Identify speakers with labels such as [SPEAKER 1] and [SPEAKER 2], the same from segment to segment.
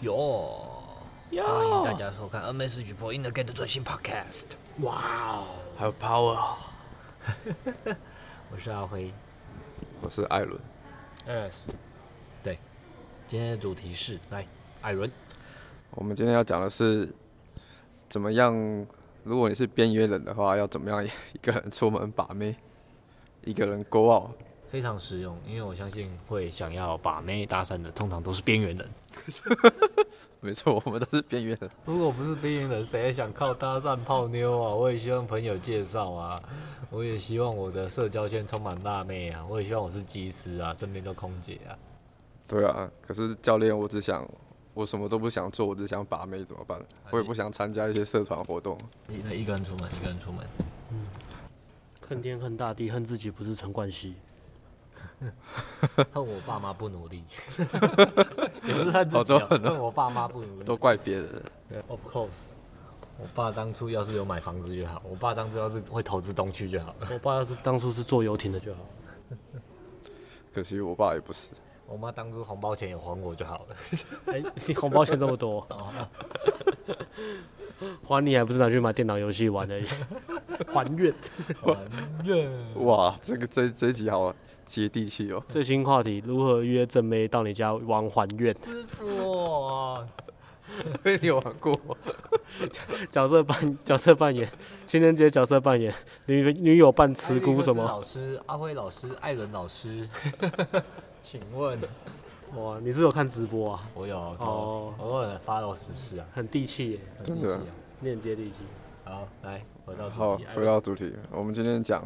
[SPEAKER 1] 哟，欢迎大
[SPEAKER 2] 哟，
[SPEAKER 1] 家收看《N S 局播音的 Get》最新 Podcast，
[SPEAKER 2] 哇哦，还有 Power，
[SPEAKER 1] 我是阿辉。
[SPEAKER 2] 我是艾伦。
[SPEAKER 1] Yes，对，今天的主题是来艾伦，
[SPEAKER 3] 我们今天要讲的是怎么样，如果你是边缘人的话，要怎么样一个人出门把妹， 一个人 go out。
[SPEAKER 1] 非常实用，因为我相信会想要把妹搭讪的，通常都是边缘人。
[SPEAKER 3] 没错，我们都是边缘人。
[SPEAKER 1] 如果不是边缘人，谁还想靠搭讪泡妞啊？ 我也希望朋友介绍啊，我也希望我的社交圈充满辣妹啊，我也希望我是技师啊，身边都空姐啊。
[SPEAKER 3] 对啊，可是教练，我只想，我什么都不想做，我只想把妹，怎么办？我也不想参加一些社团活动。
[SPEAKER 2] 哎
[SPEAKER 1] 一个一个人出门，一个人出门，
[SPEAKER 4] 嗯恨天恨大地，恨自己不是陈 冠希。
[SPEAKER 1] 恨我爸妈不努力， 也不是他自
[SPEAKER 3] 好
[SPEAKER 4] 哦
[SPEAKER 1] 己、
[SPEAKER 3] 多
[SPEAKER 1] 啊，
[SPEAKER 3] 很多
[SPEAKER 1] 恨我爸妈不努力。
[SPEAKER 3] 都怪别人，
[SPEAKER 1] Of course，我爸当初要是有买房子就好，我爸当初要是会投资东区就好了，
[SPEAKER 4] 我爸要是 当初是坐游艇的就好。
[SPEAKER 3] 可惜我爸也不是。
[SPEAKER 1] 我妈当初红包钱有还我就 好了。
[SPEAKER 4] 哎、哦你红包钱这么 多，还你还不是拿去买电脑游戏玩而已？ 还愿。
[SPEAKER 2] 嗯
[SPEAKER 3] 哇，这个这这一集好接地气哦。
[SPEAKER 4] 最新话题：如何约正妹到你家玩还愿？
[SPEAKER 1] 哇，
[SPEAKER 3] 被你玩过？
[SPEAKER 4] 角色扮角色扮演，情人节角色扮演，女女友扮慈姑什么？
[SPEAKER 1] 老师、阿辉老师、艾伦老 师，请问
[SPEAKER 4] 哇，你是有看直播啊？
[SPEAKER 1] 我有
[SPEAKER 4] 哦
[SPEAKER 1] 偶尔发到实事啊，
[SPEAKER 4] 很地气耶，
[SPEAKER 1] 很
[SPEAKER 3] 真
[SPEAKER 1] 低级
[SPEAKER 3] 的
[SPEAKER 1] 啊。
[SPEAKER 4] 链接地气。
[SPEAKER 1] 好，来回到
[SPEAKER 3] 好
[SPEAKER 1] 主题，，艾哎
[SPEAKER 3] 回
[SPEAKER 1] 伦
[SPEAKER 3] 到主题，我们今天讲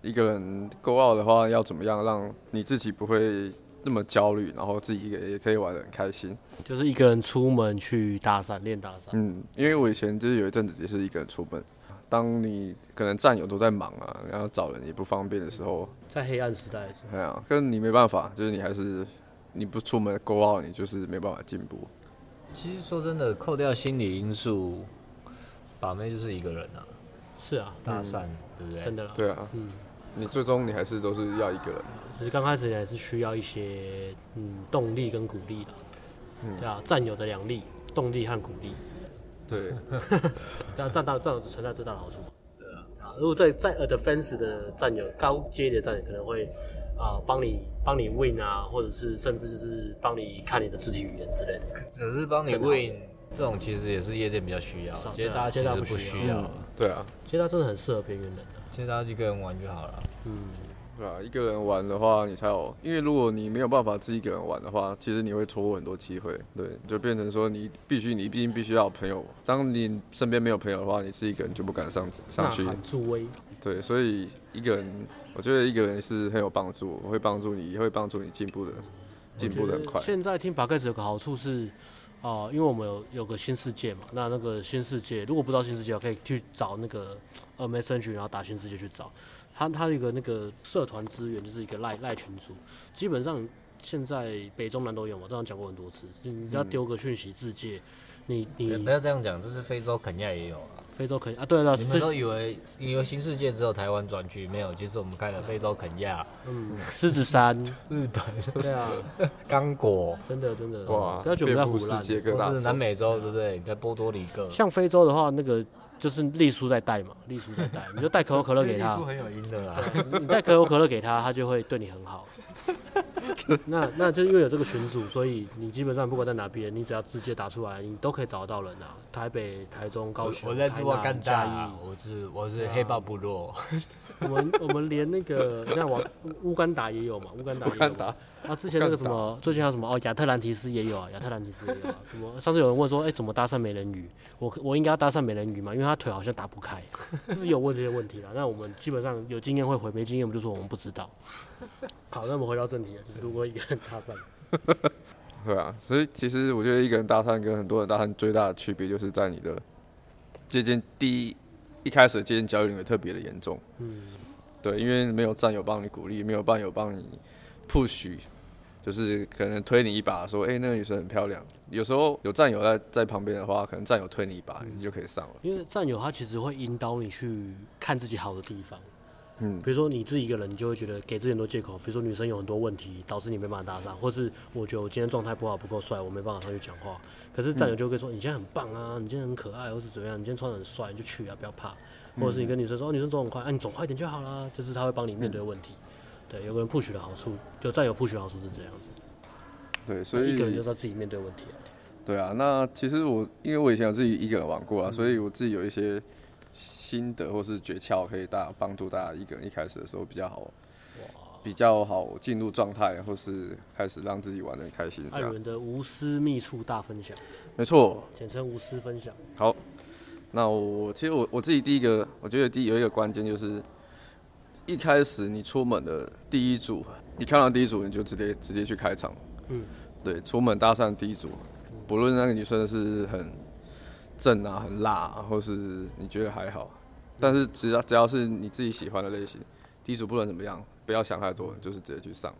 [SPEAKER 3] 一个人 go out 的话，要怎么样让你自己不会那么焦虑，然后自己也也可以玩的很开心。
[SPEAKER 4] 就是一个人出门去搭讪，练搭讪。
[SPEAKER 3] 嗯，因为我以前就是有一阵子也是一个人出门，当你可能战友都在忙啊，然后找人也不方便的时候，
[SPEAKER 4] 在黑暗时代的时候，
[SPEAKER 3] 哎呀，可是你没办法，就是你还是你不出门 go out，你就是没办法进步。
[SPEAKER 1] 其实说真的，扣掉心理因素，把妹就是一个人啊，
[SPEAKER 4] 是啊，
[SPEAKER 1] 搭讪、对不对？
[SPEAKER 4] 真的啦。
[SPEAKER 3] 对啊，
[SPEAKER 4] 嗯，
[SPEAKER 3] 你最终你还是都是要一个人。
[SPEAKER 4] 只是刚开始你还是需要一些嗯动力跟鼓励的，
[SPEAKER 3] 嗯
[SPEAKER 4] 对啊，战友的两力，动力和鼓励，
[SPEAKER 3] 对，
[SPEAKER 4] 对啊，战到战友存在最大的好处嘛。对啊，如果在在 advanced 的战友，高阶一点的战友可能会啊帮、你帮你 win 啊，或者是甚至就是帮你看你的肢体语言之类的。
[SPEAKER 1] 只是帮你
[SPEAKER 4] 更好
[SPEAKER 1] win 这种，其实也是夜店比较需要，
[SPEAKER 4] 少
[SPEAKER 1] 接
[SPEAKER 4] 对
[SPEAKER 1] 搭
[SPEAKER 4] 啊
[SPEAKER 1] 其
[SPEAKER 4] 接搭
[SPEAKER 1] 实
[SPEAKER 4] 不
[SPEAKER 1] 不
[SPEAKER 4] 需
[SPEAKER 1] 需要，
[SPEAKER 3] 对啊，
[SPEAKER 4] 其实他真的很适合边缘人啊的，
[SPEAKER 1] 接搭一个人玩就好了。
[SPEAKER 4] 嗯，
[SPEAKER 3] 对啊，一个人玩的话，你才有，因为如果你没有办法自己一个人玩的话，其实你会错过很多机会。对，就变成说你必须，你毕竟必须要有朋友。当你身边没有朋友的话，你是一个人就不敢上
[SPEAKER 4] 呐
[SPEAKER 3] 上去。
[SPEAKER 4] 喊助威，
[SPEAKER 3] 对，所以一个人，我觉得一个人是很有帮助，会帮助你，也会帮助你进步的，进步的很快。
[SPEAKER 4] 现在听 p o d 有个好处是，哦、因为我们有有个新世界嘛，那那个新世界，如果不知道新世界，可以去找那个呃 Messenger，然后打新世界去找。它它有一个那个社团资源，就是一个赖赖群组，基本上现在北中南都有嘛，这样讲过很多次。是你只要丢个讯息自界，你
[SPEAKER 1] 也
[SPEAKER 4] 你
[SPEAKER 1] 不要这样讲，就是非洲肯亚也有啊。
[SPEAKER 4] 非洲可以啊，对了，
[SPEAKER 1] 你们
[SPEAKER 4] 这
[SPEAKER 1] 都以为以为新世界只有台湾专区，没有，其实我们看了非洲肯亚、
[SPEAKER 4] 嗯狮子 山，
[SPEAKER 1] 日本、
[SPEAKER 4] 对啊，
[SPEAKER 1] 刚果，
[SPEAKER 4] 真的真的，
[SPEAKER 3] 哇，
[SPEAKER 4] 不要觉得
[SPEAKER 3] 遍布
[SPEAKER 4] 我们在
[SPEAKER 3] 世
[SPEAKER 4] 胡乱。
[SPEAKER 3] 界各
[SPEAKER 1] 或
[SPEAKER 3] 大
[SPEAKER 1] 是南美洲，对不对？你在波多黎各，
[SPEAKER 4] 像非洲的话，那个就是丽叔在带嘛，丽叔在带，你就带可口可乐给他。
[SPEAKER 1] 很有音的啊啦。
[SPEAKER 4] 你带可口可乐给他，他就会对你很 好。那那就因为有这个群组，所以你基本上不管在哪边，你只要直接打出来，你都可以找得到人啊。台北、台中、高
[SPEAKER 1] 我
[SPEAKER 4] 雄、
[SPEAKER 1] 我在
[SPEAKER 4] 台
[SPEAKER 1] 做
[SPEAKER 4] 南、
[SPEAKER 1] 干
[SPEAKER 4] 嘉
[SPEAKER 1] 大啊
[SPEAKER 4] 义，，
[SPEAKER 1] 我是我是黑豹部落，
[SPEAKER 4] 我们我们连那个你看往乌乌干达也有嘛，乌干达也 有
[SPEAKER 3] 看
[SPEAKER 4] 嘛。
[SPEAKER 3] 打，
[SPEAKER 4] 啊，之前那个什么，最近还有什么哦，亚特兰提斯也有啊，亚特兰提斯也有啊。什么上次有人问说，哎、怎么搭讪美人鱼？我我应该要搭讪美人鱼嘛，因为他腿好像打不开，就是有问这些问题啦。那我们基本上有经验会回，没经验我们就说我们不知道。好，那我们回到正题了，就是如果一个人搭讪，
[SPEAKER 3] 对啊。所以其实我觉得一个人搭讪跟很多人搭讪最大的区别，就是在你的接近第一一开始的接近焦虑会特别的严重。
[SPEAKER 4] 嗯，
[SPEAKER 3] 对，因为没有战友帮你鼓励，没有战友帮你 push，就是可能推你一把，说，哎、那个女生很漂亮。有时候有战友在在旁边的话，可能战友推
[SPEAKER 4] 嗯
[SPEAKER 3] 你一把，你就可以上了。
[SPEAKER 4] 因为战友他其实会引导你去看自己好的地方，
[SPEAKER 3] 嗯
[SPEAKER 4] 比如说你自己一个人，你就会觉得给自己很多借口，比如说女生有很多问题，导致你没办法搭讪，或是我觉得我今天状态不好，不够帅，我没办法上去讲话。可是战友就会说、你现在很棒啊，你今天很可爱，或是怎么样，你今天穿的很帅，你就去啊，不要怕。
[SPEAKER 3] 嗯
[SPEAKER 4] 或者是你跟女生说，哦，女生走很快，啊，你走快一点就好啦，就是他会帮你面对问题。
[SPEAKER 3] 嗯
[SPEAKER 4] 对，有个人 push 的好处，就战友 push 的好处是这样子，
[SPEAKER 3] 对，所以
[SPEAKER 4] 一个人就是要自己面对问题啊。
[SPEAKER 3] 对啊，那其实我因为我以前有自己一个人玩
[SPEAKER 4] 嗯
[SPEAKER 3] 过啊，所以我自己有一些心得或是诀窍，可以大家帮助大家一个人一开始的时候比较好，比较好进入状态，或是开始让自己玩的开心这
[SPEAKER 4] 艾
[SPEAKER 3] 样。
[SPEAKER 4] 伦的无私密处大分享，
[SPEAKER 3] 没错，
[SPEAKER 4] 简称无私分享。
[SPEAKER 3] 好，那我其实我我自己第一个，我觉得第一有一个关键就是，一开始你出门的第一组，你看到第一组你就直接直接去开场，
[SPEAKER 4] 嗯，
[SPEAKER 3] 对，出门搭讪第一组，不论那个女生是很正啊、很辣、啊，或是你觉得还好，但是只要只要是你自己喜欢的类型，第一组不论怎么样，不要想太多，你就是直接去上，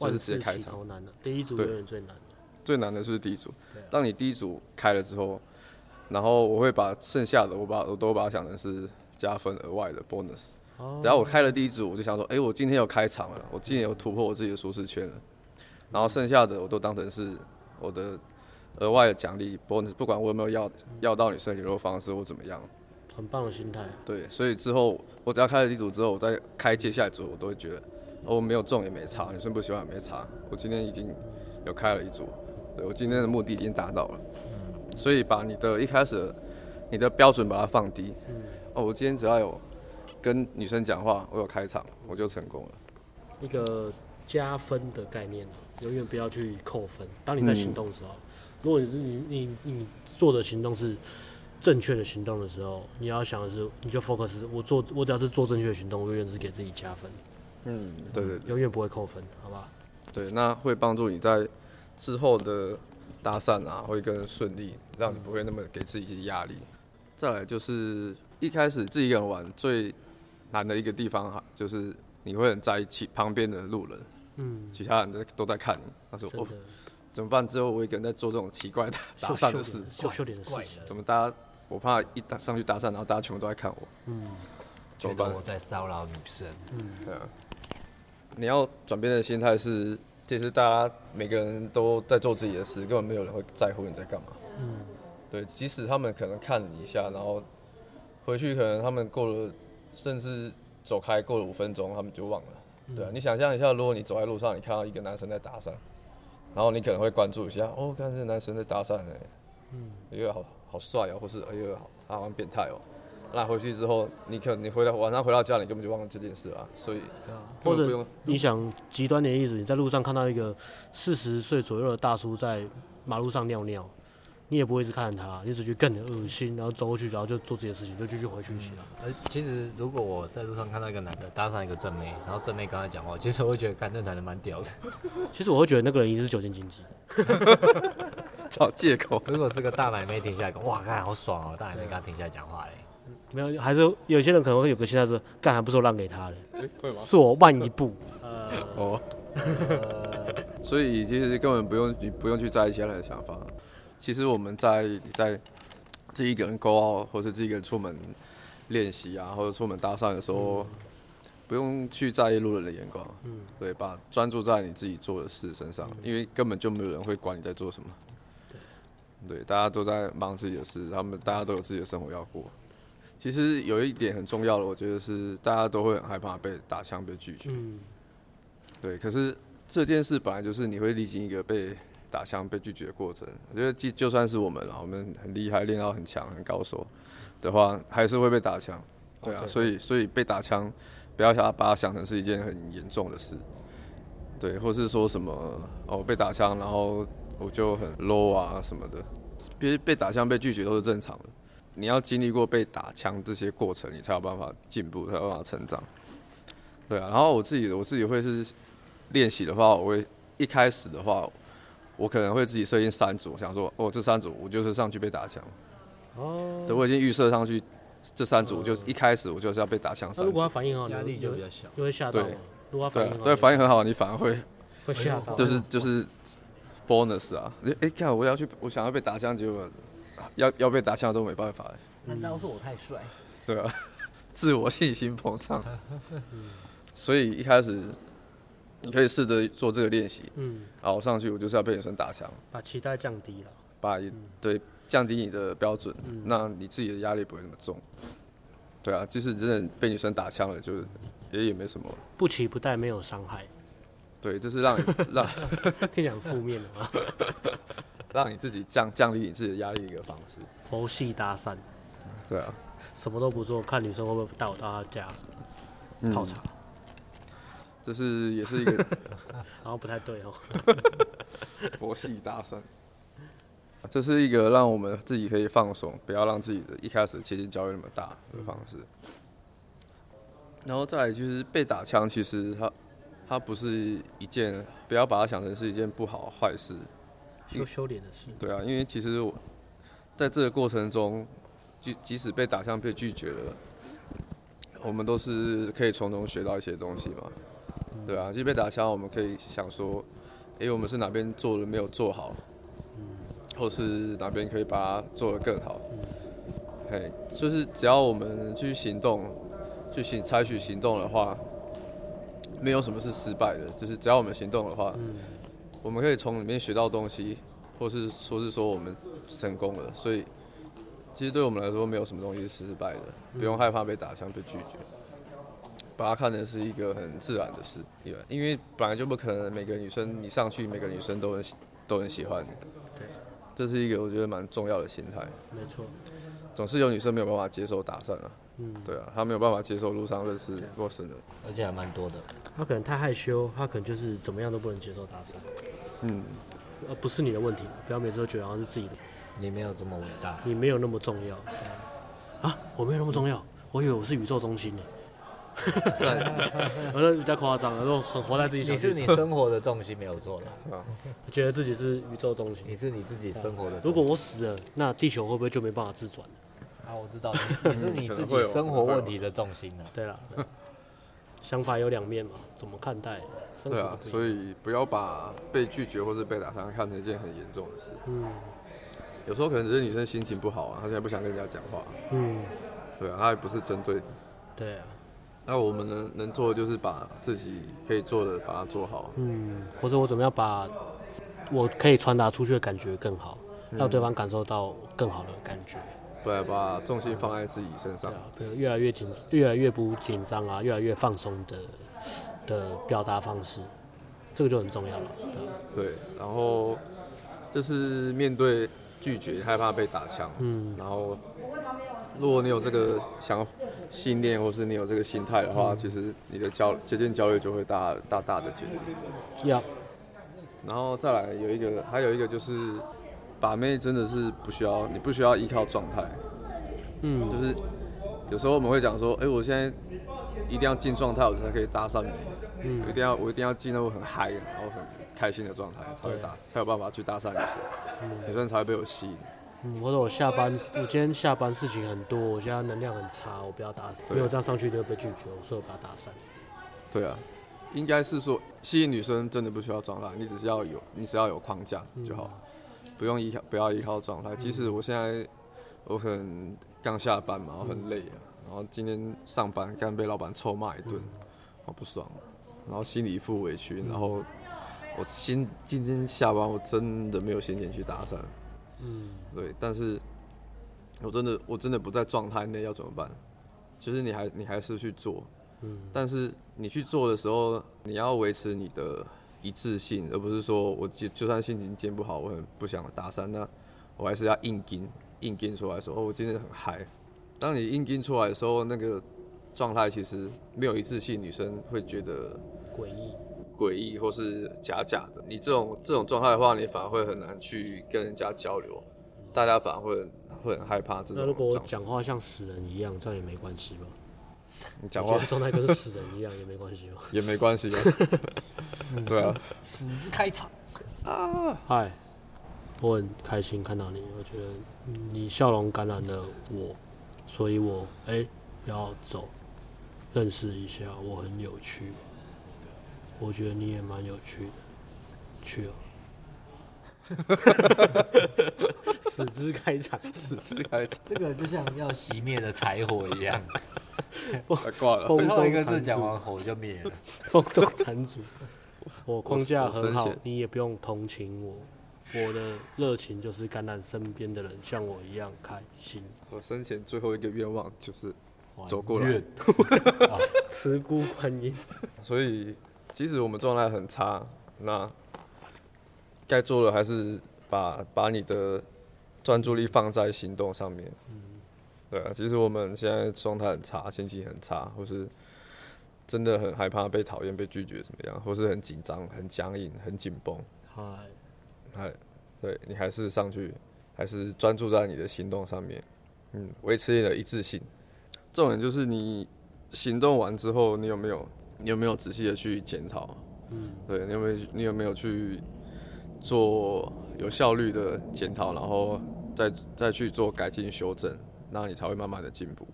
[SPEAKER 3] 就
[SPEAKER 4] 万
[SPEAKER 3] 是
[SPEAKER 4] 事
[SPEAKER 3] 直接开
[SPEAKER 4] 起
[SPEAKER 3] 场。
[SPEAKER 4] 头难的，第一组
[SPEAKER 3] 对
[SPEAKER 4] 永远最难。
[SPEAKER 3] 最难的是第一组
[SPEAKER 4] 对啊。
[SPEAKER 3] 当你第一组开了之后，然后我会把剩下的我把我都把它想成是加分额外的 bonus。
[SPEAKER 4] 哦
[SPEAKER 3] 只要我开了第一组，我就想说，哎、我今天有开场了，我今天有突破我自己的舒适圈了。然后剩下的我都当成是我的额外的奖励 bonus，不管我有没有要要到女生联络方式或怎么样。
[SPEAKER 4] 很棒的心态啊，
[SPEAKER 3] 对，所以之后我只要开了第一组之后，我再开接下来组，我都会觉得，哦，我没有中也没差，女生不喜欢也没差，我今天已经有开了一组，对我今天的目的已经达到了。 所以把你的一开始的你的标准把它放低。哦，我今天只要有跟女生讲话，我有开场，我就成功了。
[SPEAKER 4] 一个加分的概念啊，永远不要去扣分。当
[SPEAKER 3] 嗯
[SPEAKER 4] 你在行动的时候，如果你是你你你做的行动是正确的行动的时候，你要想的是，你就 focus，我做我只要是做正确的行动，我永远是给自己加分，
[SPEAKER 3] 嗯，对对
[SPEAKER 4] 永远不会扣分，好吧？
[SPEAKER 3] 对，那会帮助你在之后的搭讪啊，会更顺利，让你不会那么给自己压力。再来就是一开始自己一个人玩最难的一个地方哈、啊就是你会很在意其旁边的路人，
[SPEAKER 4] 嗯，
[SPEAKER 3] 其他人都都在看你，他说
[SPEAKER 4] 真
[SPEAKER 3] 哦
[SPEAKER 4] 的，
[SPEAKER 3] 怎么办？之后我一个人在做这种奇怪的搭
[SPEAKER 4] 啊
[SPEAKER 3] 讪的事，
[SPEAKER 4] 羞羞脸的事
[SPEAKER 1] 怪
[SPEAKER 4] 情，
[SPEAKER 1] 人，
[SPEAKER 3] 怎么大家我怕一搭上去搭讪，然后大家全部都在看我，
[SPEAKER 4] 嗯
[SPEAKER 1] 觉得我在骚扰女生，
[SPEAKER 4] 嗯，
[SPEAKER 3] 对啊，你要转变的心态是，其实大家每个人都在做自己的事，根本没有人会在乎你在干嘛。
[SPEAKER 4] 嗯，
[SPEAKER 3] 对，即使他们可能看你一下，然后回去可能他们过了，甚至走开过了五分钟，他们就忘
[SPEAKER 4] 嗯
[SPEAKER 3] 了。对啊，你想象一下，如果你走在路上，你看到一个男生在搭讪，然后你可能会关注一下，哦，看这男生在搭讪哎、
[SPEAKER 4] 嗯，
[SPEAKER 3] 哎呦好好帅哦，或是哎呦好他好像变态哦。那回去之后，你可你回到晚上回到家，你根本就忘了这件事了，所以
[SPEAKER 4] 对啊，
[SPEAKER 3] 根本不
[SPEAKER 4] 或者
[SPEAKER 3] 用
[SPEAKER 4] 你想极端点的意思，你在路上看到一个四十岁左右的大叔在马路上尿尿，你也不会一直看着他，你只觉得更恶心，然后走过去，然后就做自己的事情，就继续回去洗了。
[SPEAKER 1] 而呃其实如果我在路上看到一个男的搭上一个正妹，然后正妹跟他讲话，其实我会觉得干这男的蛮屌的。
[SPEAKER 3] 嗯
[SPEAKER 4] 其实我会觉得那个人一定是酒精经济，
[SPEAKER 3] 找借口。
[SPEAKER 1] 如果是个大奶妹停下来讲，哇，看好爽哦，大奶妹跟他停下来讲话嘞，
[SPEAKER 4] 没有，还是有些人可能会有个心态是，干还不是我让给他的，
[SPEAKER 3] 会吗？
[SPEAKER 4] 是我慢一 步。
[SPEAKER 3] 哦，所以其实根本不用你不用去在意其他人的想法。其实我们在你在自己一个人勾傲，或是自己一个人出门练习啊，或者出门搭讪的时候，不用去在意路人的眼光。
[SPEAKER 4] 嗯
[SPEAKER 3] 对，把专注在你自己做的事身上，因为根本就没有人会管你在做什么。对，大家都在忙自己的事，他们大家都有自己的生活要过。其实有一点很重要的，我觉得是大家都会很害怕被打枪、被拒绝。
[SPEAKER 4] 嗯，
[SPEAKER 3] 对，可是这件事本来就是你会历经一个被打枪、被拒绝的过程。我觉得就就算是我们了，我们很厉害，练到很强、很高手的话，还是会被打枪。对啊，
[SPEAKER 1] 对
[SPEAKER 3] 所以所以被打枪，不要想把它想成是一件很严重的事。对，或是说什么哦被打枪，然后我就很 low 啊什么的。其实被打枪、被拒绝都是正常的。你要经历过被打枪这些过程，你才有办法进步，才有办法成长。对啊，然后我自己我自己会是练习的话，我会一开始的话，我可能会自己设定三组，想说哦，这三组我就是上去被打枪。
[SPEAKER 4] 哦，
[SPEAKER 3] 对，我已经预设上去这三组，就是一开始我就是要被打枪
[SPEAKER 4] 那
[SPEAKER 3] 三
[SPEAKER 4] 如果他
[SPEAKER 3] 组。
[SPEAKER 4] 反应很好，
[SPEAKER 1] 压力
[SPEAKER 4] 你
[SPEAKER 1] 就
[SPEAKER 4] 会
[SPEAKER 1] 比较小。
[SPEAKER 4] 你会吓到吗
[SPEAKER 3] 对？
[SPEAKER 4] 如果他
[SPEAKER 3] 对
[SPEAKER 4] 反应
[SPEAKER 3] 啊
[SPEAKER 4] 很，好，
[SPEAKER 3] 对，反应很好，你反而会
[SPEAKER 4] 会吓到，
[SPEAKER 3] 就是就是 bonus 啊！哎、诶看我要去，我想要被打枪，结果要要被打枪都没办法、
[SPEAKER 1] 嗯难道是我太帅？
[SPEAKER 3] 对啊， 自我信心膨胀。
[SPEAKER 4] 嗯
[SPEAKER 3] 所以一开始你可以试着做这个练习。
[SPEAKER 4] 嗯，
[SPEAKER 3] 啊，我上去我就是要被女生打枪，
[SPEAKER 4] 把期待降低了。
[SPEAKER 3] 把一对降低你的标准，那你自己的压力不会那么重。对啊，就是真的被女生打枪了，就是也也没什么。
[SPEAKER 4] 不期不待，没有伤害，
[SPEAKER 3] 对，就是让你让
[SPEAKER 4] 听讲负面的嘛。
[SPEAKER 3] 让你自己降降低你自己的压力的一个方式。
[SPEAKER 4] 佛系搭讪，
[SPEAKER 3] 对啊，
[SPEAKER 4] 什么都不做，看女生会不会带我到她家
[SPEAKER 1] 嗯
[SPEAKER 4] 泡茶，
[SPEAKER 3] 这是也是一个
[SPEAKER 4] 然后不太对哦。
[SPEAKER 1] 嗯
[SPEAKER 3] 佛系搭讪。这是一个让我们自己可以放松，不要让自己的一开始切近焦虑那么大的方式。然后再来就是被打枪，其实它它不是一件，不要把它想成是一件不好坏事。
[SPEAKER 4] 羞羞脸的事，
[SPEAKER 3] 对啊，因为其实我在这个过程中，即即使被打枪被拒绝了，我们都是可以从中学到一些东西嘛。对啊，即使被打枪，我们可以想说，诶，我们是哪边做的没有做好，或是哪边可以把它做得更好。嘿，就是只要我们去行动，去行采取行动的话，没有什么是失败的。就是只要我们行动的话，我们可以从里面学到东西，或是说是说我们成功了，所以其实对我们来说没有什么东西是失败的，不
[SPEAKER 4] 嗯
[SPEAKER 3] 用害怕被打枪、被拒绝，把它看成是一个很自然的事，因为因为本来就不可能每个女生你上去每个女生都很喜都很喜欢你，
[SPEAKER 4] 对，
[SPEAKER 3] 这是一个我觉得蛮重要的心态，
[SPEAKER 4] 没错，
[SPEAKER 3] 总是有女生没有办法接受打讪啊，
[SPEAKER 4] 嗯，
[SPEAKER 3] 对啊，她没有办法接受路上认识陌生人，
[SPEAKER 1] 而且还蛮多的。
[SPEAKER 4] 他可能太害羞，他可能就是怎么样都不能接受搭讪，
[SPEAKER 3] 嗯，
[SPEAKER 4] 呃，不是你的问题，不要每次都觉得好像是自己的，
[SPEAKER 1] 你没有这么伟大，
[SPEAKER 4] 你没有那么重要
[SPEAKER 1] 嗯
[SPEAKER 4] 啊，我没有那么重要，我以为我是宇宙中心呢， 我说比较夸张了，说很活在自己小
[SPEAKER 1] 你
[SPEAKER 4] 世
[SPEAKER 1] 是
[SPEAKER 4] 界
[SPEAKER 1] 你生活的重心没有错啦，
[SPEAKER 4] 觉得自己是宇宙中心
[SPEAKER 1] 你。是你自己生活的重心。
[SPEAKER 4] 如果我死了，那地球会不会就没办法自转了？
[SPEAKER 1] 啊，我知道 你你是你自
[SPEAKER 3] 可能会
[SPEAKER 1] 己
[SPEAKER 3] 有
[SPEAKER 1] 生活问题的重心啊。
[SPEAKER 4] 对啦， 想法有两面嘛，怎么看待生活不一
[SPEAKER 3] 对
[SPEAKER 4] 样？
[SPEAKER 3] 啊，所以不要把被拒绝或是被打伤看成一件很严重的事。
[SPEAKER 4] 嗯
[SPEAKER 3] 有时候可能只是女生心情不好啊，她现在不想跟人家讲话，
[SPEAKER 4] 嗯，
[SPEAKER 3] 对啊，她也不是针对你。
[SPEAKER 4] 对啊，
[SPEAKER 3] 那我们能能做的就是把自己可以做的把它做好。啊
[SPEAKER 4] 嗯，或者我怎么样把我可以传达出去的感觉更好，
[SPEAKER 3] 嗯
[SPEAKER 4] 让对方感受到更好的感觉，
[SPEAKER 3] 对啊，把重心放在自己身上
[SPEAKER 4] 对。啊，比如越来越紧，越来越不紧张啊，越来越放松的的表达方式，这个就很重要了，对啊
[SPEAKER 3] 对，然后就是面对拒绝，害怕被打枪。嗯，然后如果你有这个想信念，或是你有这个心态的话，其实你的焦接近焦虑就会大大大的减低。嗯
[SPEAKER 4] 要
[SPEAKER 3] 然后再来有一个，还有一个就是把妹真的是不需要，你不需要依靠状态。
[SPEAKER 4] 嗯
[SPEAKER 3] 就是有时候我们会讲说，哎、我现在一定要进状态，我才可以搭讪你。嗯，一定要我一定要进入很嗨，然后很开心的状态，才会搭，才有办法去搭讪女生，女生才会被我吸引。
[SPEAKER 4] 嗯，或者我下班，我今天下班事情很多，我现在能量很差，我不要打散，因为我这样上去一定会被拒绝，所以我把它打散。
[SPEAKER 3] 对啊，应该是说吸引女生真的不需要状态，你只是要有，你只要有框架就好，不用依靠，不要依靠状态。即使我现在我可能刚下班嘛，我很累啊，然后今天上班刚被老板臭骂一顿，我不爽啊，然后心里一副委屈，然后我心今天下班我真的没有心情去搭讪，
[SPEAKER 4] 嗯，
[SPEAKER 3] 对，但是我真的我真的不在状态内要怎么办？其实你还你还是去做，
[SPEAKER 4] 嗯，
[SPEAKER 3] 但是你去做的时候，你要维持你的一致性，而不是说我就就算心情今天不好，我很不想搭讪，那我还是要硬跟硬跟出来说，哦，我今天很嗨。当你硬跟出来的时候，那个状态其实没有一致性，女生会觉得
[SPEAKER 4] 诡异，
[SPEAKER 3] 诡异或是假假的。你这种这种状态的话，你反而会很难去跟人家交流，大家反而会很会很害怕这
[SPEAKER 4] 那
[SPEAKER 3] 种
[SPEAKER 4] 如果我
[SPEAKER 3] 状态。
[SPEAKER 4] 讲话像死人一样，这样也没关系吗？
[SPEAKER 3] 你讲
[SPEAKER 4] 我
[SPEAKER 3] 话
[SPEAKER 4] 觉得状态跟死人一样 也没关系哦吗？
[SPEAKER 3] 也没关系啊，对啊，
[SPEAKER 1] 死是开场，
[SPEAKER 4] 嗨，我很开心看到你，我觉得你笑容感染了我，所以我哎、要走，认识一下，我很有趣，我觉得你也蛮有趣的，去 哦。死之开场，
[SPEAKER 3] 此次开场。
[SPEAKER 1] 这个就像要熄灭的柴火一样，
[SPEAKER 3] 他挂了。
[SPEAKER 4] 风
[SPEAKER 1] 后
[SPEAKER 4] 中
[SPEAKER 1] 一个字
[SPEAKER 4] 残
[SPEAKER 1] 讲
[SPEAKER 4] 烛，
[SPEAKER 1] 完火就灭了。
[SPEAKER 4] 风中残烛。我框架
[SPEAKER 3] 我
[SPEAKER 4] 很
[SPEAKER 3] 深
[SPEAKER 4] 好
[SPEAKER 3] 陷，
[SPEAKER 4] 你也不用同情我。我的热情就是感染身边的人，像我一样开心。
[SPEAKER 3] 我生前最后一个愿望就是，
[SPEAKER 1] 完
[SPEAKER 3] 走过来
[SPEAKER 1] 月
[SPEAKER 4] 慈姑观音，
[SPEAKER 3] 所以即使我们状态很差，那该做的还是把把你的专注力放在行动上面。对啊，其实我们现在状态很差，心情很差，或是真的很害怕被讨厌、被拒绝怎么样，或是很紧张、很僵硬、很紧绷。
[SPEAKER 4] 嗨，
[SPEAKER 3] 哎，对你还是上去，还是专注在你的行动上面，嗯，维持你的一致性。重点就是你行动完之后，你有没有，你有没有仔细的去检讨？
[SPEAKER 4] 嗯，
[SPEAKER 3] 对你有没有，你有没有去做有效率的检讨，然后再再去做改进修正，那你才会慢慢的进步。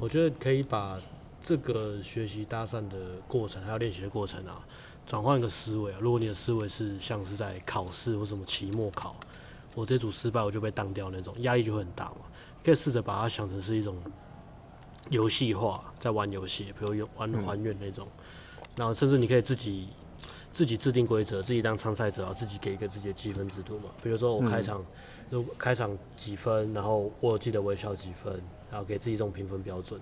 [SPEAKER 4] 我觉得可以把这个学习搭讪的过程，还有练习的过程啊，转换一个思维啊。如果你的思维是像是在考试或什么期末考，我这组失败我就被当掉那种，压力就会很大嘛。可以试着把它想成是一种游戏化，在玩游戏，比如有玩还原那种。然后甚至你可以自己自己制定规则，自己当参赛者啊，自己给一个自己的积分制度嘛。比如说我开场，如果开场几分，然后我有记得微笑几分，然后给自己这种评分标准，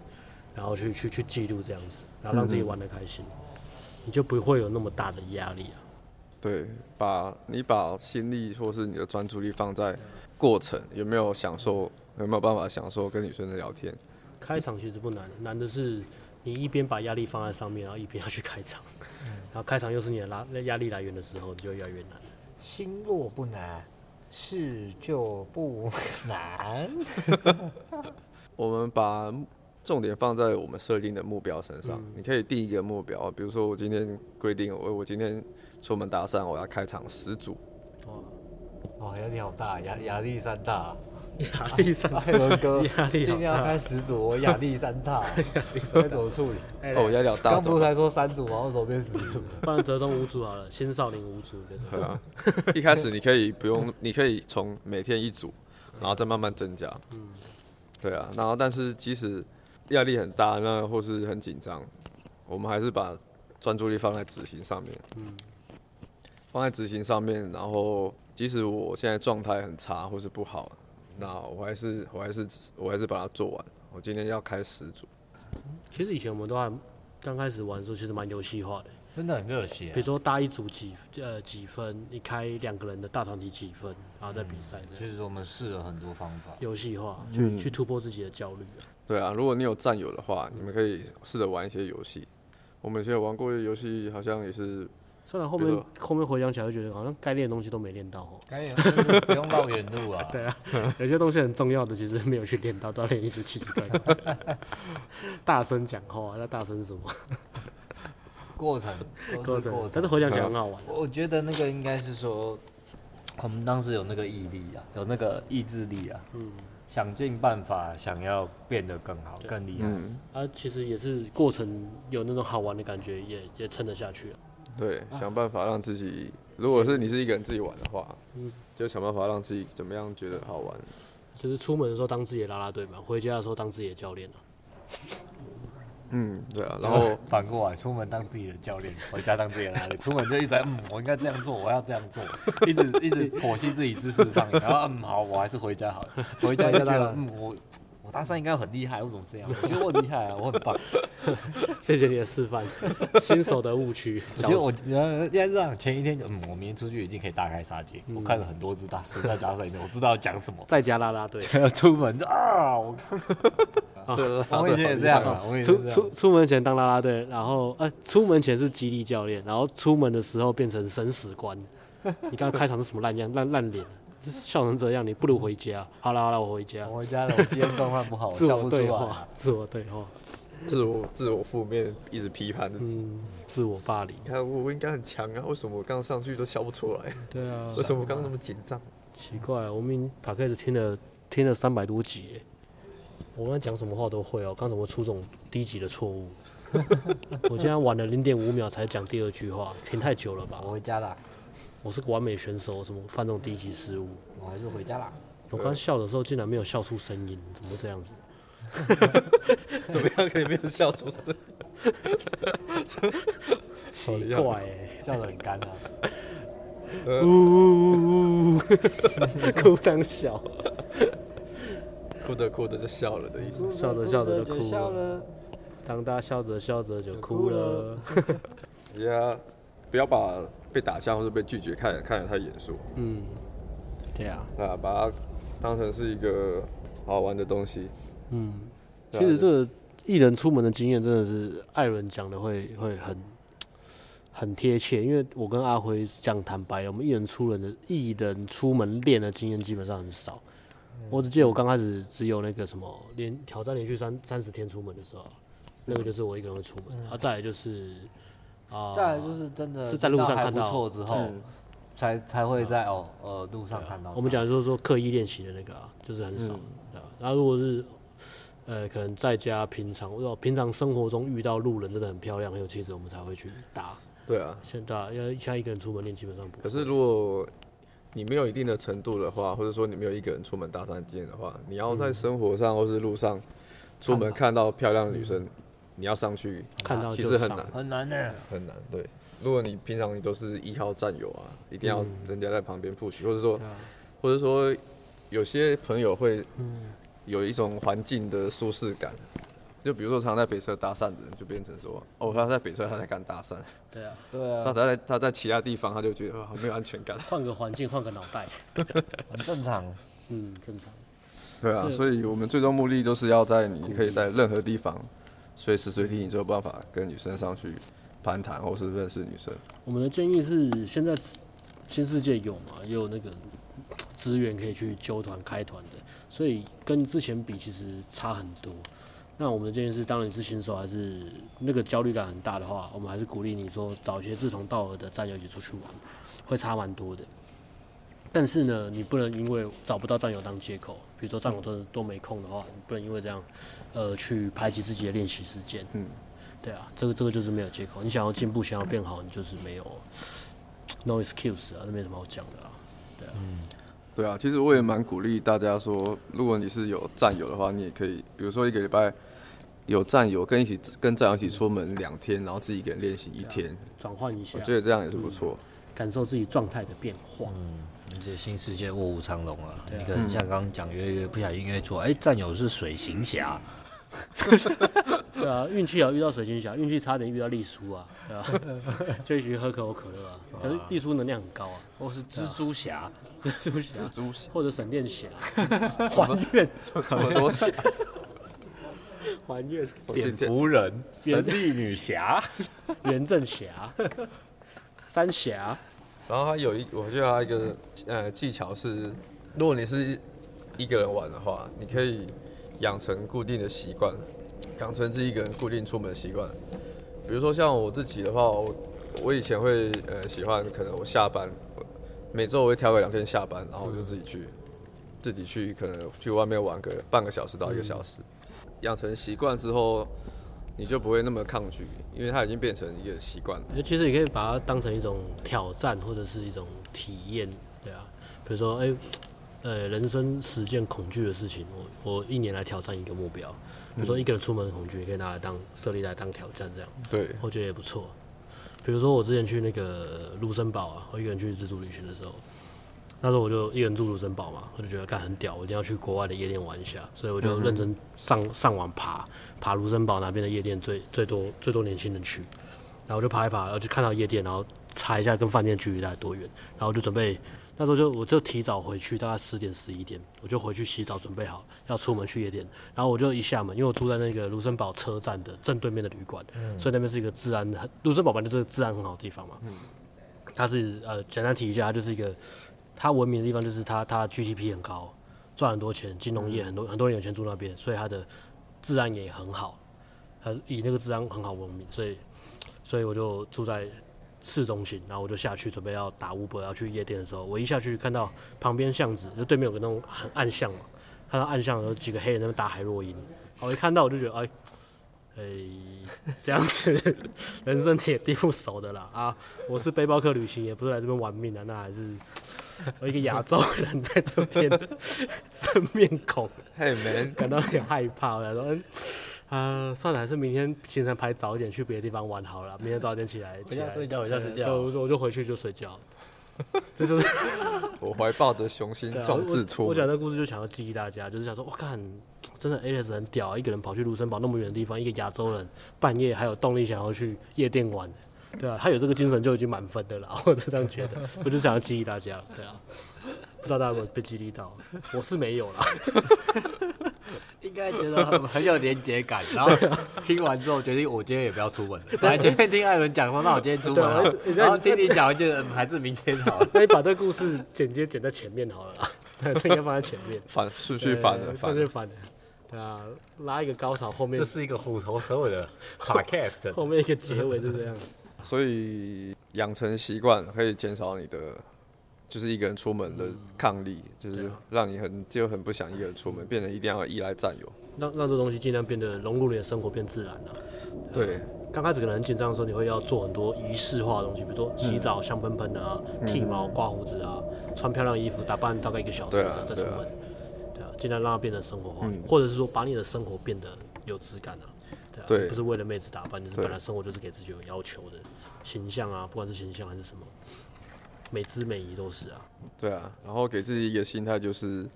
[SPEAKER 4] 然后去去去记录这样子，然后让自己玩的开心，你就不会有那么大的压力啊。
[SPEAKER 3] 对，把你把心力或是你的专注力放在过程，有没有享受，有没有办法享受跟女生的聊天？
[SPEAKER 4] 开场其实不难，难的是你一边把压力放在上面，然后一边要去开场，然后开场又是你的拉压力来源的时候，你就越来越难。
[SPEAKER 1] 心若不难，事就不 难。
[SPEAKER 3] 我们把重点放在我们设定的目标身上。
[SPEAKER 4] 嗯
[SPEAKER 3] 你可以定一个目标，比如说我今天规定，我我今天出门搭讪，我要开场十组。
[SPEAKER 4] 哇，
[SPEAKER 1] 哇，哦压力好大，压压力山大 啊。
[SPEAKER 4] 压力山大
[SPEAKER 1] 艾伦哥
[SPEAKER 4] 压力
[SPEAKER 1] 今
[SPEAKER 4] 好
[SPEAKER 1] 天要
[SPEAKER 4] 大
[SPEAKER 1] 开。十组，我压力山大，该怎么处理？
[SPEAKER 4] 哎
[SPEAKER 3] 哦，我要聊大
[SPEAKER 1] 刚不
[SPEAKER 3] 众
[SPEAKER 1] 是。才说三组吗？为什么变十组？
[SPEAKER 4] 不然折中五组好了，先少林五组这
[SPEAKER 3] 对
[SPEAKER 4] 种。
[SPEAKER 3] 啊， 一开始你可以不用，你可以从每天一组，然后再慢慢增加。
[SPEAKER 4] 嗯，
[SPEAKER 3] 对啊，然后但是即使压力很大，那或是很紧张，我们还是把专注力放在执行上面。
[SPEAKER 4] 嗯
[SPEAKER 3] 放在执行上面，然后即使我现在状态很差或是不好，那我还是我还是我还是把它做完。我今天要开十组，
[SPEAKER 4] 其实以前我们都还刚开始玩的时候，其实蛮游戏化的。
[SPEAKER 1] 真的很热血啊
[SPEAKER 4] 比如说搭一组几呃几分，你开两个人的大团体几分，然后再比赛这样。
[SPEAKER 1] 实我们试了很多方法，
[SPEAKER 4] 游戏化，去、
[SPEAKER 3] 嗯
[SPEAKER 4] 去突破自己的焦虑、啊。
[SPEAKER 3] 对啊。如果你有战友的话，你们可以试着玩一些游戏。我们以前有玩过一个游戏，好像也是
[SPEAKER 4] 虽然后
[SPEAKER 3] 比如
[SPEAKER 4] 面
[SPEAKER 3] 说
[SPEAKER 4] 后面回想起来，会觉得好像该练的东西都没练到哦。
[SPEAKER 1] 该有就是不用绕远路啊。
[SPEAKER 4] 对啊，有些东西很重要的，其实没有去练到，都要练一些奇奇怪怪的。 大声讲话，啊那大声是什么？
[SPEAKER 1] 过程都
[SPEAKER 4] 过
[SPEAKER 1] 是过
[SPEAKER 4] 程
[SPEAKER 1] 程，，
[SPEAKER 4] 但是回想
[SPEAKER 3] 嗯
[SPEAKER 4] 起来很好玩。啊
[SPEAKER 1] 我觉得那个应该是说，我们当时有那个毅力啊，有那个意志力啊，
[SPEAKER 4] 嗯，
[SPEAKER 1] 想尽办法想要变得更好、更厉害。
[SPEAKER 3] 嗯，
[SPEAKER 4] 啊，其实也是过程有那种好玩的感觉，也也撑得下去、啊。
[SPEAKER 3] 对，想办法让自己，如果是你是一个人自己玩的话
[SPEAKER 4] 嗯，
[SPEAKER 3] 就想办法让自己怎么样觉得好玩。
[SPEAKER 4] 就是出门的时候当自己的啦啦队嘛，回家的时候当自己的教练、啊、
[SPEAKER 3] 嗯，对啊。然后
[SPEAKER 1] 反过来，出门当自己的教练，回家当自己的拉力，出门就一直在嗯，我应该这样做，我要这样做，一直一直剖析自己知识上，然后嗯，好，我还是回家好了。回家就觉得嗯，我我搭讪应该很厉害，为什么是这样？我觉得我很厉害啊，我很棒。
[SPEAKER 4] 谢谢你的示范，新手的误区。
[SPEAKER 1] 我觉得我呃应该是这样，前一天就嗯，我明天出去已经可以大开杀戒。我看了很多次大实在搭讪影片，我知道要讲什么。
[SPEAKER 4] 在家啦啦队，
[SPEAKER 1] 要出门就啊，我
[SPEAKER 3] 对
[SPEAKER 1] 我以前也这样啊， 我以前
[SPEAKER 4] 出
[SPEAKER 1] 也这样
[SPEAKER 4] 出出门前当啦啦队，然后呃，出门前是激励教练，然后出门的时候变成生死 官。你刚刚开场是什么烂样烂烂脸？这笑成这样，你不如回家。好了好了，我回家。
[SPEAKER 1] 我回家了，我今天状况不啊好，我
[SPEAKER 4] 自
[SPEAKER 1] 哦笑
[SPEAKER 4] 我
[SPEAKER 1] 不出
[SPEAKER 4] 对
[SPEAKER 1] 来
[SPEAKER 4] 话
[SPEAKER 1] 啊。，
[SPEAKER 4] 自我对话，
[SPEAKER 3] 自我自我负面一直批判自己。
[SPEAKER 4] 嗯，自我霸凌。
[SPEAKER 2] 你看我我应该很强啊，为什么我刚上去都笑不出来？
[SPEAKER 4] 对啊
[SPEAKER 2] 为什么我刚刚那么紧张？
[SPEAKER 4] 奇怪，我们打开始听了听了三百多集耶，我刚才讲什么话都会哦，刚怎么出这种低级的错误？ 我竟然晚了零点五秒才讲第二句话，听太久了吧
[SPEAKER 1] 我？回家啦，
[SPEAKER 4] 我是个完美选手，怎么犯这种低级失误？
[SPEAKER 1] 我还是回家啦。
[SPEAKER 4] 我刚笑的时候竟然没有笑出声音，怎么会这样子？
[SPEAKER 2] 怎么样可以没有笑出声？
[SPEAKER 4] 奇怪欸，
[SPEAKER 1] 笑得很干啊。
[SPEAKER 4] 呜呜呜呜， 哭当笑，
[SPEAKER 2] 哭着哭着就笑了的意思。
[SPEAKER 4] 笑着笑着就哭
[SPEAKER 5] 笑
[SPEAKER 4] 了，
[SPEAKER 5] 了，
[SPEAKER 4] 长大笑着笑着就哭了。
[SPEAKER 3] 呀，不要把被打枪或者被拒绝看得看得太严肃，
[SPEAKER 4] 嗯， 对啊，
[SPEAKER 3] 那把它当成是一个好玩的东西。
[SPEAKER 4] 嗯，其
[SPEAKER 3] 对啊对
[SPEAKER 4] 实这个艺人出门的经验真的是艾伦讲的会会很很贴切，因为我跟阿辉讲坦白了，我们艺人出人的艺人出门练的经验基本上很少。
[SPEAKER 3] 嗯
[SPEAKER 4] 我只记得我刚开始只有那个什么连挑战连续三三十天出门的时候，
[SPEAKER 3] 嗯
[SPEAKER 4] 那个就是我一个人会出门，然后再来就是啊，
[SPEAKER 1] 再来就是真的
[SPEAKER 4] 这在路上
[SPEAKER 1] 知道还
[SPEAKER 4] 看到嗯
[SPEAKER 1] 不错之后，才才会在哦呃路上看到。
[SPEAKER 4] 我们讲就是说刻意练习的那个啊，就是很
[SPEAKER 3] 嗯
[SPEAKER 4] 少，对吧？然后如果是呃，可能在家平常，我平常生活中遇到路人真的很漂亮、很有气质，我们才会去搭。
[SPEAKER 3] 对啊，
[SPEAKER 4] 现在要现在一个人出门练，基本上不会。
[SPEAKER 3] 可是如果你没有一定的程度的话，或者说你没有一个人出门搭讪经验的话，你要在生活上或是路上出门看到漂亮的女生，你要上去
[SPEAKER 4] 嗯
[SPEAKER 3] 啊
[SPEAKER 4] 看到
[SPEAKER 3] 其
[SPEAKER 4] 就
[SPEAKER 3] 实很
[SPEAKER 4] 上
[SPEAKER 3] 难
[SPEAKER 1] 很难呢、
[SPEAKER 3] 很难。对，如果你平常你都是依靠战友啊，一定
[SPEAKER 4] 嗯
[SPEAKER 3] 要人家在旁边 push，或者说，
[SPEAKER 4] 啊
[SPEAKER 3] 或者说有些朋友会
[SPEAKER 4] 嗯
[SPEAKER 3] 有一种环境的舒适感。就比如说，常在北车搭讪的人，就变成说，哦，他在北车，他才敢搭讪；
[SPEAKER 4] 对啊，
[SPEAKER 1] 对
[SPEAKER 3] 他
[SPEAKER 1] 啊，
[SPEAKER 3] 在他在其他地方，他就觉得啊，没有安全感。
[SPEAKER 4] 换个环境，换个脑袋，
[SPEAKER 1] 很正常。
[SPEAKER 4] 嗯，正常。
[SPEAKER 3] 对啊，
[SPEAKER 4] 是
[SPEAKER 3] 所以我们最终目的都是要在你可以在任何地方，随时随地你就有办法跟女生上去攀谈，或是认识女生。
[SPEAKER 4] 我们的建议是，现在新世界有嘛，也有那个资源可以去揪团开团的，所以跟之前比其实差很多。那我们的建议是，当你是新手还是那个焦虑感很大的话，我们还是鼓励你说找一些志同道合的战友一起出去玩，会差蛮多的。但是呢，你不能因为找不到战友当借口，比如说战友都都没空的话，你不能因为这样，呃，去排挤自己的练习时间。
[SPEAKER 3] 嗯，
[SPEAKER 4] 对啊，这个这个就是没有借口。你想要进步，想要变好，你就是没有 no excuse 啊，这没什么好讲的啦。
[SPEAKER 3] 对啊，其实我也蛮鼓励大家说，如果你是有战友的话，你也可以，比如说一个礼拜有战友跟一起跟战友一起出门两天，然后自己一个人练习一天，
[SPEAKER 4] 转换一下
[SPEAKER 3] 我，觉得这样也是不错。
[SPEAKER 4] 感受自己状态的变化。
[SPEAKER 5] 你这新世界卧虎藏龙啊！
[SPEAKER 4] 对啊
[SPEAKER 5] 你可能像刚刚讲约约，不小心约错，哎，战友是水行侠，
[SPEAKER 4] 对啊，运气好遇到水晶侠，运气差点遇到丽叔啊，对吧、啊？就一起去喝可口可乐啊，可是丽叔能量很高啊，
[SPEAKER 5] 或是蜘蛛侠，
[SPEAKER 4] 蜘蛛侠
[SPEAKER 1] 啊
[SPEAKER 3] 蛛
[SPEAKER 4] 或者闪电侠，还愿
[SPEAKER 3] 这么多想，
[SPEAKER 4] 还愿
[SPEAKER 3] 我今
[SPEAKER 1] 蝙
[SPEAKER 3] 天
[SPEAKER 1] 蝠人、
[SPEAKER 4] 原
[SPEAKER 1] 神力女侠，
[SPEAKER 4] 袁振侠、三侠，
[SPEAKER 3] 然后他有一，我觉得他一个呃技巧是，如果你是一个人玩的话，你可以养成固定的习惯，养成自己一个人固定出门的习惯。比如说像我自己的话，我我以前会呃喜欢，可能我下班，我每周我会挑个两天下班，然后我就自己去，自己去可能去外面玩个半个小时到一个小时，养成习惯之后，你就不会那么抗拒，因为它已经变成一个习惯了。
[SPEAKER 4] 就其实你可以把它当成一种挑战或者是一种体验，对啊，比如说，哎、呃，人生实践恐惧的事情，我我一年来挑战一个目标，比如说一个人出门恐惧，也可以拿来当设立来当挑战这样，
[SPEAKER 3] 对，
[SPEAKER 4] 我觉得也不错。比如说我之前去那个卢森堡啊，我一个人去自助旅行的时候，那时候我就一个人住卢森堡嘛，我就觉得干很屌，我一定要去国外的夜店玩一下，所以我就认真上、上网爬爬卢森堡哪边的夜店最最多最多年轻人去，然后我就爬一爬，然后就看到夜店，然后查一下跟饭店距离大概多远，然后我就准备那时候就我就提早回去，大概十点十一点，我就回去洗澡准备好要出门去夜店，然后我就一下门，因为我住在那个卢森堡车站的正对面的旅馆，所以那边是一个治安很卢森堡本来就是治安很好的地方嘛，它是呃简单提一下，它就是一个它闻名的地方就是它它 GDP 很高，赚很多钱，金融业很多、很多人有钱住那边，所以它的治安也很好，它以那个治安很好闻名，所以所以我就住在市中心，然后我就下去准备要打 Uber 要去夜店的时候，我一下去看到旁边巷子就对面有个那种很暗巷嘛，看到暗巷有几个黑人在那边打海洛因，我一看到我就觉得哎。哎，这样子，啊人生也地不熟的啦啊！我是背包客旅行，也不是来这边玩命的、那还是我一个亚洲人在这边 生面孔，
[SPEAKER 2] 嘿 man，
[SPEAKER 4] 感到有点害怕。我想说，嗯呃，算了，还是明天行程排早一点，去别的地方玩好了。明天早点起来，
[SPEAKER 5] 回家睡觉，回
[SPEAKER 4] 回
[SPEAKER 5] 家睡觉。
[SPEAKER 4] 就我就回去就睡觉。这就是
[SPEAKER 2] 我怀抱着雄心
[SPEAKER 4] 对啊
[SPEAKER 2] 壮志
[SPEAKER 4] 我
[SPEAKER 2] 出
[SPEAKER 4] 我讲
[SPEAKER 2] 门。
[SPEAKER 4] 这故事就想要激励大家，就是想说，我看真的 Alex 很屌啊，一个人跑去卢森堡那么远的地方，一个亚洲人半夜还有动力想要去夜店玩，对啊，他有这个精神就已经满分的啦， 我是这样觉得，我就想要激励大家，对啊。不知道大家有没有被激励到？我是没有啦。
[SPEAKER 1] 应该觉得很很有连结感，然后
[SPEAKER 4] 啊
[SPEAKER 1] 听完之后决定我今天也不要出门了。本来前面听艾伦讲说，那我今天出门好了，然后听你讲完就嗯还是明天好了。
[SPEAKER 4] 那你把这故事剪接剪在前面好了啦， 对，这应该放在前面。
[SPEAKER 2] 反顺序反了，反
[SPEAKER 4] 对
[SPEAKER 2] 了。
[SPEAKER 4] 反了。对啊，拉一个高潮，后 面
[SPEAKER 1] 这是一个虎头蛇尾的 podcast，
[SPEAKER 4] 后面一个结尾就这样。
[SPEAKER 3] 所以养成习惯可以减少你的，就是一个人出门
[SPEAKER 4] 嗯
[SPEAKER 3] 的抗力，就是让你很就很不想一个人
[SPEAKER 4] 嗯
[SPEAKER 3] 出门，变成一定要依赖战友。
[SPEAKER 4] 让让这东西尽量变得融入你的生活，变自然了、嗯
[SPEAKER 3] 对，
[SPEAKER 4] 刚开始可能很紧张的时候，你会要做很多仪式化的东西，比如说洗澡、香喷喷的啊，剃毛、刮胡子啊，穿漂亮衣服，打扮大概一个小时
[SPEAKER 3] 对啊
[SPEAKER 4] 再出
[SPEAKER 3] 对啊
[SPEAKER 4] 门。对嗯啊，尽量让它变得生活化，或者是说把你的生活变得有质感啊。对啊，
[SPEAKER 3] 对
[SPEAKER 4] 不是为了妹子打扮，就是
[SPEAKER 3] 对
[SPEAKER 4] 本来生活就是给自己有要求的形象啊，不管是形象还是什么，美姿美仪都是啊。
[SPEAKER 3] 对啊，然后给自己一个心态就是，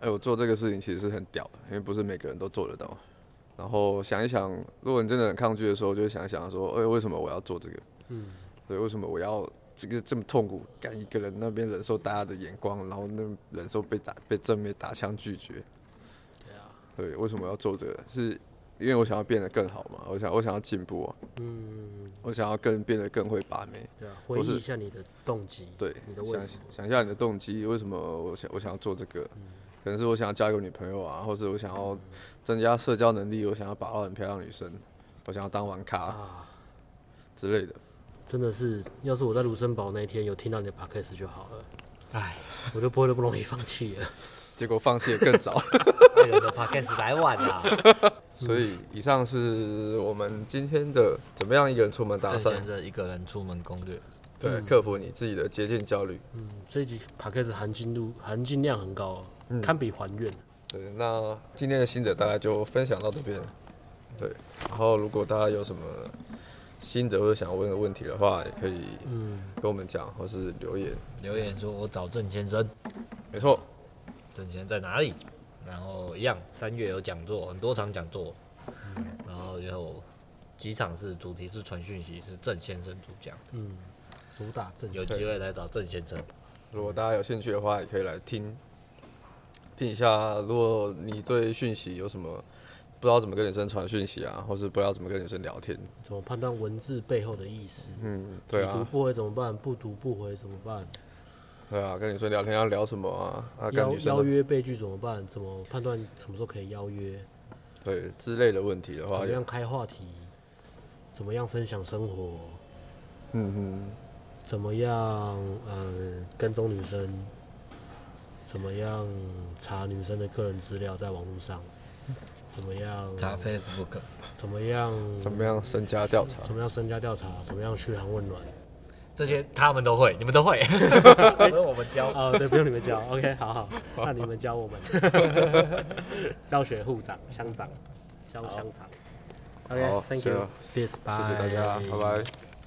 [SPEAKER 3] 哎，我做这个事情其实是很屌的，因为不是每个人都做得到。然后想一想，如果你真的很抗拒的时候，就会想一想说，哎，为什么我要做这个？
[SPEAKER 4] 嗯，
[SPEAKER 3] 对，为什么我要这个这么痛苦？干一个人那边忍受大家的眼光，然后那忍受被打被正面打枪拒绝。
[SPEAKER 4] 对啊，
[SPEAKER 3] 对，为什么要做这个？是因为我想要变得更好嘛？我想我想要进步啊，
[SPEAKER 4] 嗯，
[SPEAKER 3] 我想要更变得更会把妹。
[SPEAKER 4] 对啊，回
[SPEAKER 3] 或是
[SPEAKER 4] 忆一下你的动机，
[SPEAKER 3] 对，
[SPEAKER 4] 你的为
[SPEAKER 3] 想
[SPEAKER 4] 什么？
[SPEAKER 3] 想一下你的动机，为什么我想我想要做这个？
[SPEAKER 4] 嗯
[SPEAKER 3] 可能是我想要交一个女朋友啊，或是我想要增加社交能力，我想要把握很漂亮的女生，我想要当玩咖
[SPEAKER 4] 啊，
[SPEAKER 3] 之类的。
[SPEAKER 4] 真的是，要是我在卢森堡那一天有听到你的 podcast 就好了，
[SPEAKER 1] 哎，
[SPEAKER 4] 我就不会那么容易放弃 了。
[SPEAKER 3] 结果放弃的更 早。哎
[SPEAKER 1] 艾伦的 podcast 来晚了，
[SPEAKER 3] 所以以上是我们今天的怎么样一个人出门搭
[SPEAKER 5] 正
[SPEAKER 3] 讪
[SPEAKER 5] 先，生一个人出门攻略，
[SPEAKER 3] 对，克服你自己的接近焦虑。
[SPEAKER 4] 嗯，这一集 podcast 含金度含金量很高、哦，
[SPEAKER 3] 嗯
[SPEAKER 4] 堪比还愿。
[SPEAKER 3] 对，那今天的心得大概就分享到这边。对，然后如果大家有什么心得或者想问的问题的话，也可以
[SPEAKER 4] 嗯，
[SPEAKER 3] 跟我们讲，或是留言。
[SPEAKER 5] 留言说我找郑先生，
[SPEAKER 3] 没错，
[SPEAKER 5] 郑先生在哪里？然后一样，三月有讲座，很多场讲座，然后有几场是主题是传讯息，是郑先生主讲，
[SPEAKER 4] 嗯
[SPEAKER 3] 嗯
[SPEAKER 4] 主打正
[SPEAKER 5] 有机会来找郑先生。
[SPEAKER 3] 如果大家有兴趣的话，也可以来听听一下。如果你对讯息有什么不知道怎么跟女生传讯息啊，或是不知道怎么跟女生聊天，
[SPEAKER 4] 怎么判断文字背后的意思？
[SPEAKER 3] 嗯，对
[SPEAKER 4] 你读
[SPEAKER 3] 啊，
[SPEAKER 4] 不回怎么办？不读不回怎么办？
[SPEAKER 3] 对啊，跟女生聊天要聊什么啊？啊，跟
[SPEAKER 4] 邀
[SPEAKER 3] 女
[SPEAKER 4] 邀
[SPEAKER 3] 生的
[SPEAKER 4] 约被拒怎么办？怎么判断什么时候可以邀约？
[SPEAKER 3] 对之类的问题的
[SPEAKER 4] 怎
[SPEAKER 3] 话
[SPEAKER 4] 么，样开话题？怎么样分享生活？
[SPEAKER 3] 嗯嗯，
[SPEAKER 4] 怎么样？嗯，跟踪女生？怎么样查女生的个人资料在网络上？怎么样？
[SPEAKER 5] 查 Facebook，
[SPEAKER 4] 怎么样？
[SPEAKER 3] 怎么样身家调查？
[SPEAKER 4] 怎么样身家调查？怎么样嘘寒问暖？
[SPEAKER 5] 这些他们都会，你们都会，不用我们教。
[SPEAKER 4] 哦，对，不用你们教。OK，好好，那你们教我们，教学护长、乡长、教乡长。
[SPEAKER 3] 好
[SPEAKER 4] OK，Thank、
[SPEAKER 3] 谢
[SPEAKER 4] you.
[SPEAKER 3] 了
[SPEAKER 4] Peace，谢哎
[SPEAKER 3] 谢谢大家，拜拜。